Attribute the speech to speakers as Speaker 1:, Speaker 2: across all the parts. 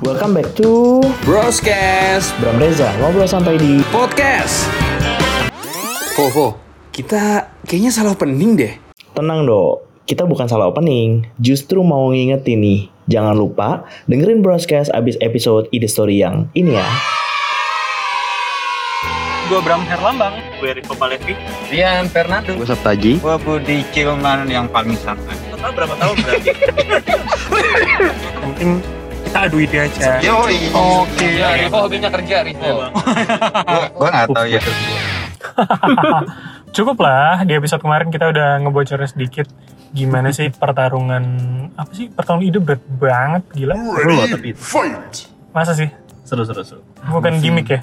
Speaker 1: Welcome back to
Speaker 2: Broscast
Speaker 1: Bram Reza, ngobrol santai di
Speaker 2: Podcast. Vovo, kita kayaknya salah opening deh.
Speaker 1: Tenang dong, kita bukan salah opening, justru mau ngingetin nih. Jangan lupa dengerin broadcast abis episode ide story yang ini ya.
Speaker 3: Gue Bram Herlambang. Gue Rico Palevi.
Speaker 4: Rian Fernando. Gue Sabtaji. Gue Budi Cilman yang paling santai.
Speaker 3: Total berapa tahun berarti? Mungkin kita adu ide aja.
Speaker 4: Yoi. Oke.
Speaker 5: Ya, Rivo hobinya kerja, Rivo.
Speaker 4: Gue nggak tahu ya.
Speaker 3: Cukup lah, di episode kemarin kita udah ngebocorin sedikit gimana sih pertarungan apa sih pertarungan ide berat banget gila
Speaker 6: Seru loh tapi itu.
Speaker 3: masa sih
Speaker 6: seru seru seru.
Speaker 3: bukan gimmick ya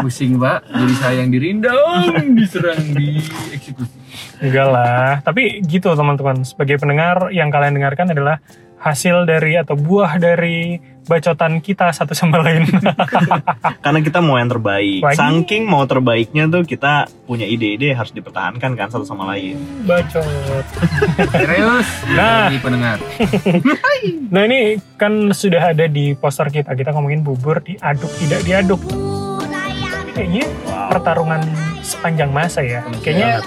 Speaker 5: Pusing, Pak. Jadi saya yang dirindang, diserang, dieksekusi.
Speaker 3: enggak lah tapi gitu teman-teman sebagai pendengar yang kalian dengarkan adalah hasil dari atau buah dari bacotan kita satu sama lain
Speaker 6: Karena kita mau yang terbaik.
Speaker 3: Lagi.
Speaker 6: Saking mau terbaiknya tuh kita punya ide-ide harus dipertahankan kan satu sama lain.
Speaker 3: bacot
Speaker 5: Serius?
Speaker 3: Nah.
Speaker 5: Jadi pendengar.
Speaker 3: Nah ini kan sudah ada di poster kita. Kita ngomongin bubur diaduk tidak diaduk. Kayaknya pertarungan sepanjang masa ya. Kayaknya.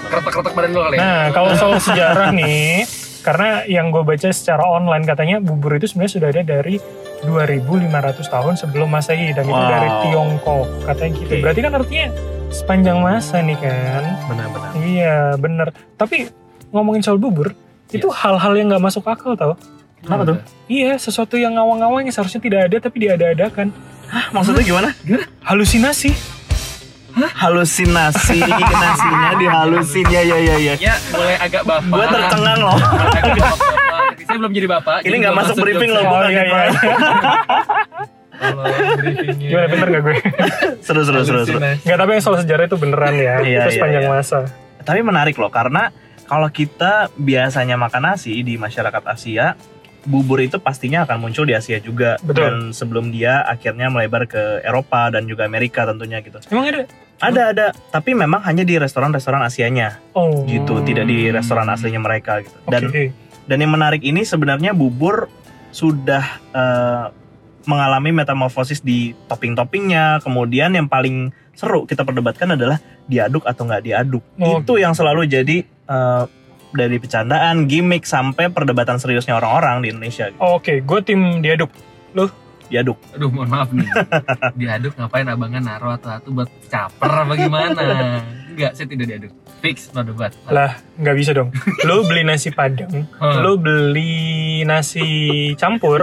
Speaker 5: Iya, Keretak-keretak badan lo kali ya?
Speaker 3: Nah kalau soal sejarah nih, karena yang gue baca secara online katanya bubur itu sebenarnya sudah ada dari 2.500 tahun sebelum masehi dan itu
Speaker 6: Wow.
Speaker 3: dari Tiongkok katanya gitu.
Speaker 6: Oke.
Speaker 3: Berarti kan artinya sepanjang masa nih kan.
Speaker 6: Benar-benar.
Speaker 3: Iya bener. Tapi ngomongin soal bubur
Speaker 5: Iya.
Speaker 3: itu hal-hal yang nggak masuk akal tau.
Speaker 6: Kenapa tuh?
Speaker 3: Iya, sesuatu yang ngawang-ngawang yang seharusnya tidak ada tapi diada-adakan.
Speaker 6: Ah, Maksudnya gimana?
Speaker 3: Halusinasi.
Speaker 6: Halusinasi, nasinya dihalusin ya ya ya ya.
Speaker 5: Ya, mulai agak bapak.
Speaker 6: Gue tercengang loh.
Speaker 5: Mulai agak bapak. Saya belum jadi bapak.
Speaker 6: Ini nggak masuk briefing loh,
Speaker 3: Oh,
Speaker 6: bukan ya,
Speaker 3: iya, iya.
Speaker 6: Iya,
Speaker 3: Gimana
Speaker 5: briefingnya.
Speaker 3: bener gak gue?
Speaker 6: Seru seru seru seru.
Speaker 3: Gak, tapi yang soal sejarah itu beneran ya.
Speaker 6: Iya,
Speaker 3: itu
Speaker 6: iya,
Speaker 3: sepanjang
Speaker 6: iya.
Speaker 3: masa.
Speaker 6: Tapi menarik loh karena kalau kita biasanya makan nasi di masyarakat Asia, bubur itu pastinya akan muncul di Asia juga
Speaker 3: Betul.
Speaker 6: dan sebelum dia akhirnya melebar ke Eropa dan juga Amerika tentunya gitu.
Speaker 3: Emang ada?
Speaker 6: Ada ada, tapi memang hanya di restoran-restoran Asianya
Speaker 3: Oh.
Speaker 6: gitu, tidak di restoran aslinya mereka gitu.
Speaker 3: Oke.
Speaker 6: Dan dan yang menarik ini sebenarnya bubur sudah eh, mengalami metamorfosis di topping-toppingnya. Kemudian yang paling seru kita perdebatkan adalah diaduk atau nggak diaduk.
Speaker 3: Oh.
Speaker 6: Itu yang selalu jadi eh, dari bercandaan, gimmick sampai perdebatan seriusnya orang-orang di Indonesia. gitu.
Speaker 3: Oke, gue tim diaduk.
Speaker 6: Diaduk.
Speaker 5: Aduh, mohon maaf nih. Diaduk ngapain abangan naruh atau atu buat caper apa gimana? Enggak, saya tidak diaduk. Fix, no debat.
Speaker 3: Lah, nggak bisa dong. Lo beli nasi padang,
Speaker 5: Hmm.
Speaker 3: lo beli nasi campur,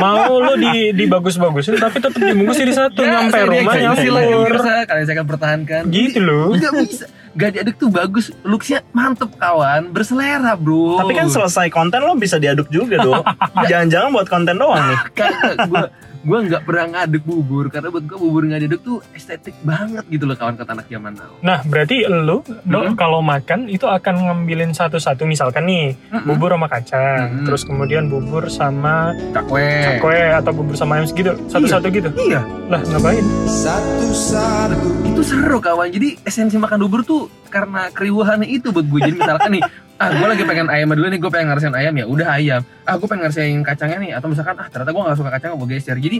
Speaker 3: mau lo di di bagus-bagusin tapi tetap dibungkus jadi satu
Speaker 5: Ya,
Speaker 3: nyampe
Speaker 5: saya
Speaker 3: rumah
Speaker 5: diajakin
Speaker 6: gitu.
Speaker 3: nyampe
Speaker 5: silang,
Speaker 3: lur.
Speaker 5: pemirsa. Kalian saya akan pertahankan.
Speaker 3: Gitu loh.
Speaker 5: Gak bisa. Gak diaduk tuh bagus. Looksnya mantep kawan. Berselera bro.
Speaker 6: Tapi kan selesai konten lo bisa diaduk juga dong. Jangan-jangan buat konten doang nih.
Speaker 5: gue gue nggak pernah ngaduk bubur karena buat gue bubur nggak diaduk tuh estetik banget gitu loh kawan kata anak zaman now.
Speaker 3: Nah, berarti lu dong kalau makan itu akan ngambilin satu-satu misalkan nih bubur sama kacang,
Speaker 5: Mm-mm. Eh.
Speaker 3: terus kemudian bubur sama
Speaker 5: Cakwe.
Speaker 3: kue atau bubur sama ayam segitu, satu-satu gitu.
Speaker 5: Iya,
Speaker 3: Lah, ngapain?
Speaker 5: itu seru kawan. Jadi esensi makan bubur tuh karena keriuhannya itu buat gue. Jadi misalkan nih, ah gue lagi pengen ayam dulu nih, gue pengen ngerasain ayam ya, udah ayam. Ah gue pengen ngerasain kacangnya nih, atau misalkan ah ternyata gue nggak suka kacang, gue geser. Jadi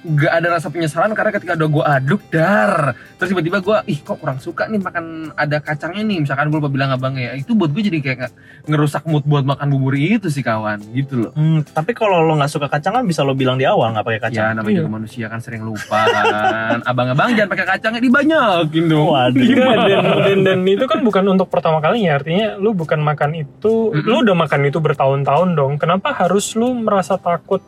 Speaker 5: nggak ada rasa penyesalan karena ketika udah gue aduk dar terus tiba-tiba gue ih kok kurang suka nih makan ada kacangnya nih misalkan gue lupa bilang abangnya ya itu buat gue jadi kayak nggak- ngerusak mood buat makan bubur itu sih kawan gitu loh
Speaker 6: Hmm, tapi kalau lo nggak suka kacang kan bisa lo bilang di awal nggak pakai kacang.
Speaker 5: Ya namanya juga manusia kan sering lupa kan. Abang-abang jangan pakai kacangnya gitu. Iya, dibanyakin dong.
Speaker 6: Waduh.
Speaker 3: Enggak, Iya, dan, dan, dan itu kan bukan untuk pertama kalinya, artinya lu bukan makan itu,
Speaker 5: Mm-mm.
Speaker 3: lu udah makan itu bertahun-tahun dong. Kenapa harus lu merasa takut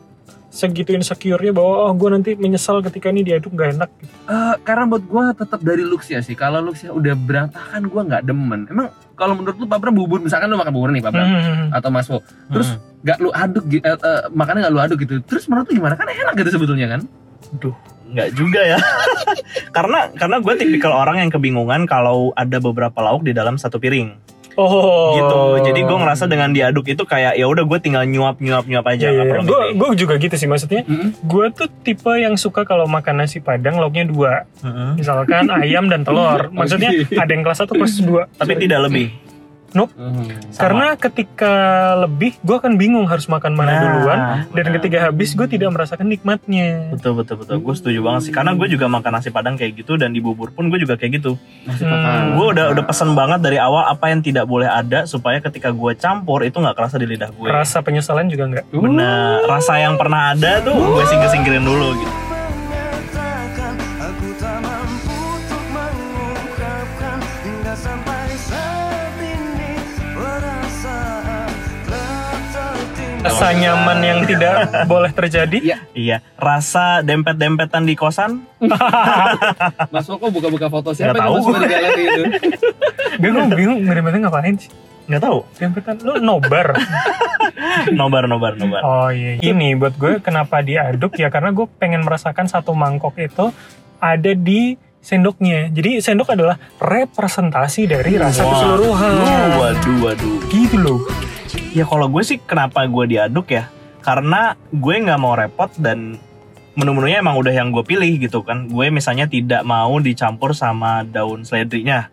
Speaker 3: segitu insecure-nya bahwa oh gue nanti menyesal ketika ini diaduk gak enak gitu.
Speaker 5: Eh, karena buat gua tetap dari looks ya sih. Kalau looks udah berantakan kan gua nggak demen. Emang kalau menurut lu Pak Bram bubur misalkan lu makan bubur nih Pak Bram
Speaker 3: Hmm.
Speaker 5: atau Mas Wo. Terus
Speaker 6: Hmm.
Speaker 5: nggak lu aduk gi- eh, eh, makannya nggak lu aduk gitu. Terus menurut lu gimana? Kan enak gitu sebetulnya kan?
Speaker 6: Duh, nggak juga ya. karena karena gue tipikal orang yang kebingungan kalau ada beberapa lauk di dalam satu piring.
Speaker 3: Oh.
Speaker 6: Gitu. Jadi gue ngerasa dengan diaduk itu kayak ya udah gue tinggal nyuap nyuap nyuap aja
Speaker 3: Iya,
Speaker 6: nggak perlu
Speaker 3: Gue
Speaker 6: milih.
Speaker 3: gue juga gitu sih maksudnya.
Speaker 5: Mm-mm.
Speaker 3: Gue tuh tipe yang suka kalau makan nasi padang lauknya dua,
Speaker 6: Heeh.
Speaker 3: misalkan ayam dan telur. Maksudnya ada yang kelas satu kelas dua.
Speaker 6: Tapi tidak lebih.
Speaker 3: Nope.
Speaker 5: Hmm.
Speaker 3: Karena ketika lebih, gue akan bingung harus makan mana duluan. Dan
Speaker 6: benar.
Speaker 3: ketika habis, gue tidak merasakan nikmatnya.
Speaker 6: betul betul betul gue setuju banget sih karena gue juga makan nasi padang kayak gitu dan di bubur pun gue juga kayak gitu
Speaker 3: Hmm.
Speaker 6: gue udah udah pesan banget dari awal apa yang tidak boleh ada supaya ketika gue campur itu nggak kerasa di lidah gue
Speaker 3: Rasa penyesalan juga
Speaker 6: Uh.
Speaker 3: nggak. Uh.
Speaker 6: bener rasa yang pernah ada tuh gue singgir singkirin dulu gitu
Speaker 3: Rasa nyaman yang tidak boleh terjadi.
Speaker 6: iya rasa dempet dempetan di kosan
Speaker 5: Mas Foko buka-buka foto siapa
Speaker 6: Nggak
Speaker 5: yang
Speaker 6: tahu.
Speaker 5: masuk di galeri itu?
Speaker 3: Gue bingung, ngirimnya ngapain sih?
Speaker 6: nggak tahu
Speaker 3: Dempetan, lu nobar. Eh.
Speaker 6: nobar nobar nobar
Speaker 3: Oh iya. Ini buat gue kenapa diaduk ya karena gue pengen merasakan satu mangkok itu ada di sendoknya. Jadi sendok adalah representasi dari rasa
Speaker 6: Wah.
Speaker 3: keseluruhan.
Speaker 6: Waduh, waduh waduh
Speaker 3: Gitu loh.
Speaker 6: Ya kalau gue sih kenapa gue diaduk ya Karena gue nggak mau repot dan menu-menunya emang udah yang gue pilih gitu kan Gue misalnya tidak mau dicampur sama daun seledrinya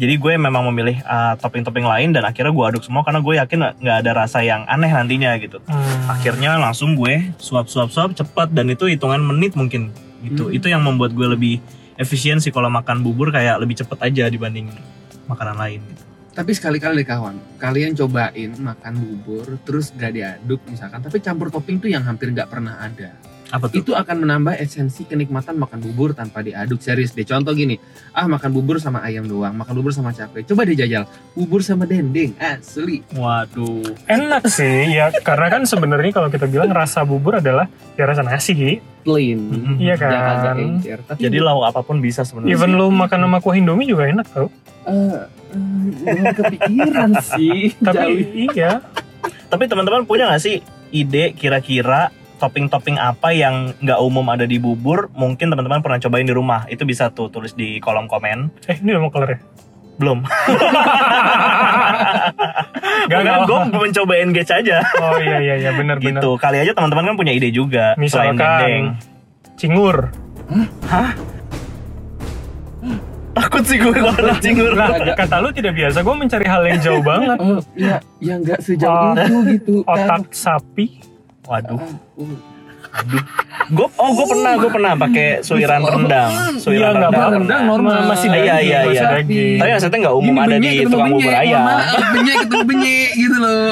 Speaker 6: Jadi gue memang memilih uh, topping-topping lain dan akhirnya gue aduk semua Karena gue yakin nggak- nggak ada rasa yang aneh nantinya gitu
Speaker 3: Hmm.
Speaker 6: Akhirnya langsung gue suap-suap-suap cepat dan itu hitungan menit mungkin gitu Itu yang membuat gue lebih efisien sih kalau makan bubur kayak lebih cepet aja dibanding makanan lain
Speaker 5: Tapi sekali-kali deh kawan, kalian cobain makan bubur terus gak diaduk misalkan, tapi campur topping tuh yang hampir gak pernah ada.
Speaker 6: Apa tuh?
Speaker 5: Itu akan menambah esensi kenikmatan makan bubur tanpa diaduk. Serius deh, contoh gini, ah makan bubur sama ayam doang, makan bubur sama cabai. Coba deh jajal, bubur sama dendeng, asli.
Speaker 6: Waduh
Speaker 3: Enak sih ya karena kan sebenarnya kalau kita bilang rasa bubur adalah ya rasa nasi,
Speaker 5: Plain,
Speaker 6: Mhm.
Speaker 3: iya
Speaker 5: jangan agak
Speaker 3: kan.
Speaker 5: encer. Tapi eh,
Speaker 6: Jadi lauk apapun bisa sebenarnya.
Speaker 3: Even
Speaker 6: sih.
Speaker 3: lu makan sama kuah indomie juga enak tau.
Speaker 5: eh, eh, belum kepikiran sih.
Speaker 3: Tapi iya,
Speaker 6: Tapi teman-teman punya nggak sih ide kira-kira topping-topping apa yang nggak umum ada di bubur? Mungkin teman-teman pernah cobain di rumah. Itu bisa tuh tulis di kolom komen.
Speaker 3: eh ini udah mau kelar ya?
Speaker 6: Belum.
Speaker 3: Gak,
Speaker 6: Enggak, gue mencoba engage aja.
Speaker 3: Oh iya iya iya benar benar.
Speaker 6: Gitu. Kali aja teman-teman kan punya ide juga. Selain
Speaker 3: Misalkan
Speaker 6: dendeng.
Speaker 3: cingur.
Speaker 6: Takut sih gue kalau ada cingur.
Speaker 3: Nah, kata lu tidak biasa, gue mencari hal yang jauh banget.
Speaker 5: Eh, ya, yang nggak
Speaker 3: Oh.
Speaker 5: sejauh itu gitu. kan.
Speaker 3: Otak sapi.
Speaker 6: Waduh.
Speaker 5: Uh,
Speaker 6: Gue, oh gue pernah, gue pernah pakai suiran rendang.
Speaker 3: Iya,
Speaker 6: Suiran rendang.
Speaker 3: nggak apa-apa.
Speaker 6: pernah.
Speaker 5: Rendang normal.
Speaker 3: Masih
Speaker 6: Iya,
Speaker 3: daging,
Speaker 6: iya,
Speaker 3: masih
Speaker 6: iya.
Speaker 3: daging.
Speaker 6: Tapi maksudnya nggak umum
Speaker 5: Gini
Speaker 6: ada
Speaker 5: benyek
Speaker 6: di
Speaker 5: ketemu
Speaker 6: tukang bubur
Speaker 5: benyek, mohon
Speaker 6: ayam.
Speaker 5: maaf, benyek ketemu benyek gitu loh.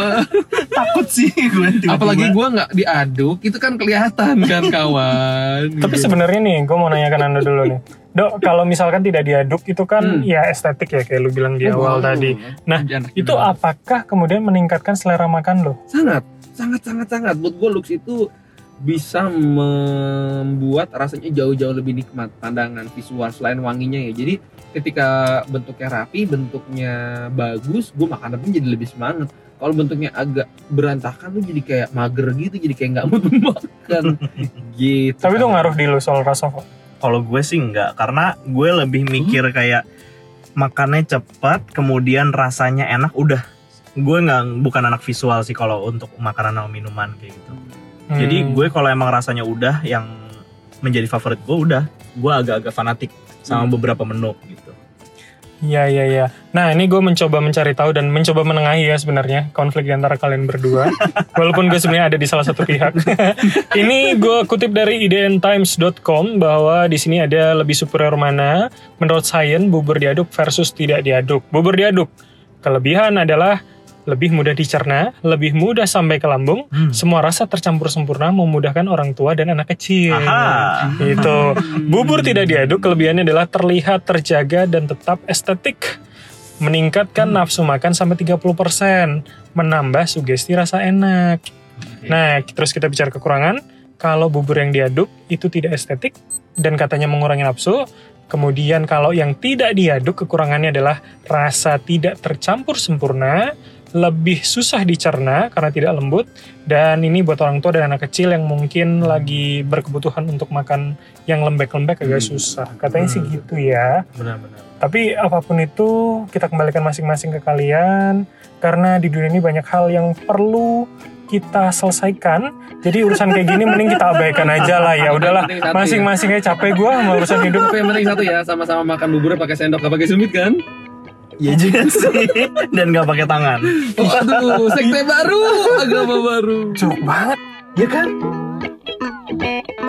Speaker 6: Takut sih gue. tiba-tiba.
Speaker 5: Apalagi gue nggak diaduk, itu kan kelihatan kan kawan.
Speaker 3: Tapi
Speaker 5: Gitu.
Speaker 3: sebenarnya nih, gue mau nanyakan anda dulu nih. Dok, kalau misalkan tidak diaduk itu kan
Speaker 5: Hmm.
Speaker 3: ya estetik ya kayak lu bilang di
Speaker 6: Oh,
Speaker 5: Aduh,
Speaker 3: awal
Speaker 6: Hmm.
Speaker 3: tadi. Nah,
Speaker 5: jangan gitu.
Speaker 3: Itu apakah kemudian meningkatkan selera makan lo?
Speaker 5: sangat, sangat, sangat, sangat. Buat gue looks itu bisa membuat rasanya jauh-jauh lebih nikmat pandangan visual selain wanginya ya. Jadi ketika bentuknya rapi, bentuknya bagus, gue makan pun jadi lebih semangat. Kalau bentuknya agak berantakan tuh jadi kayak mager gitu, jadi kayak nggak mood makan gitu.
Speaker 3: Tapi itu ngaruh di lo soal rasa kok.
Speaker 6: Kalau gue sih enggak, karena gue lebih mikir kayak makannya cepat, kemudian rasanya enak, udah. Gue nggak bukan anak visual sih kalau untuk makanan atau minuman kayak gitu. Jadi
Speaker 3: Hmm.
Speaker 6: gue kalau emang rasanya udah yang menjadi favorit gue udah, gue agak-agak fanatik sama beberapa menu gitu.
Speaker 3: Iya iya iya. Nah ini gue mencoba mencari tahu dan mencoba menengahi ya sebenarnya konflik di antara kalian berdua. Walaupun gue sebenarnya ada di salah satu pihak. ini gue kutip dari idntimes.com bahwa di sini ada lebih superior mana menurut sains bubur diaduk versus tidak diaduk. Bubur diaduk kelebihan adalah lebih mudah dicerna, lebih mudah sampai ke lambung. Semua rasa tercampur sempurna memudahkan orang tua dan anak kecil. Gitu.
Speaker 6: Aha.
Speaker 3: Itu bubur tidak diaduk kelebihannya adalah terlihat terjaga dan tetap estetik. Meningkatkan nafsu makan sampai 30%, menambah sugesti rasa enak. Nah, terus kita bicara kekurangan, kalau bubur yang diaduk itu tidak estetik dan katanya mengurangi nafsu. Kemudian kalau yang tidak diaduk kekurangannya adalah rasa tidak tercampur sempurna, lebih susah dicerna karena tidak lembut dan ini buat orang tua dan anak kecil yang
Speaker 5: Hmm.
Speaker 3: mungkin lagi berkebutuhan untuk makan yang lembek-lembek agak
Speaker 5: Hmm.
Speaker 3: susah. Katanya sih
Speaker 6: Hmm.
Speaker 3: gitu ya.
Speaker 6: Benar-benar.
Speaker 3: Tapi apapun itu kita kembalikan masing-masing ke kalian karena di dunia ini banyak hal yang perlu kita selesaikan. Jadi urusan kayak gini mending kita abaikan aja lah ya. Udahlah,
Speaker 5: Yang penting satu ya.
Speaker 3: masing-masingnya capek gua sama urusan hidup.
Speaker 5: Tapi yang penting satu ya, sama-sama makan bubur pakai sendok gak pakai sumit kan?
Speaker 6: Iya juga sih. Dan nggak pakai tangan.
Speaker 5: Waduh, sekte baru, agama baru.
Speaker 2: Curug banget.
Speaker 6: Iya kan?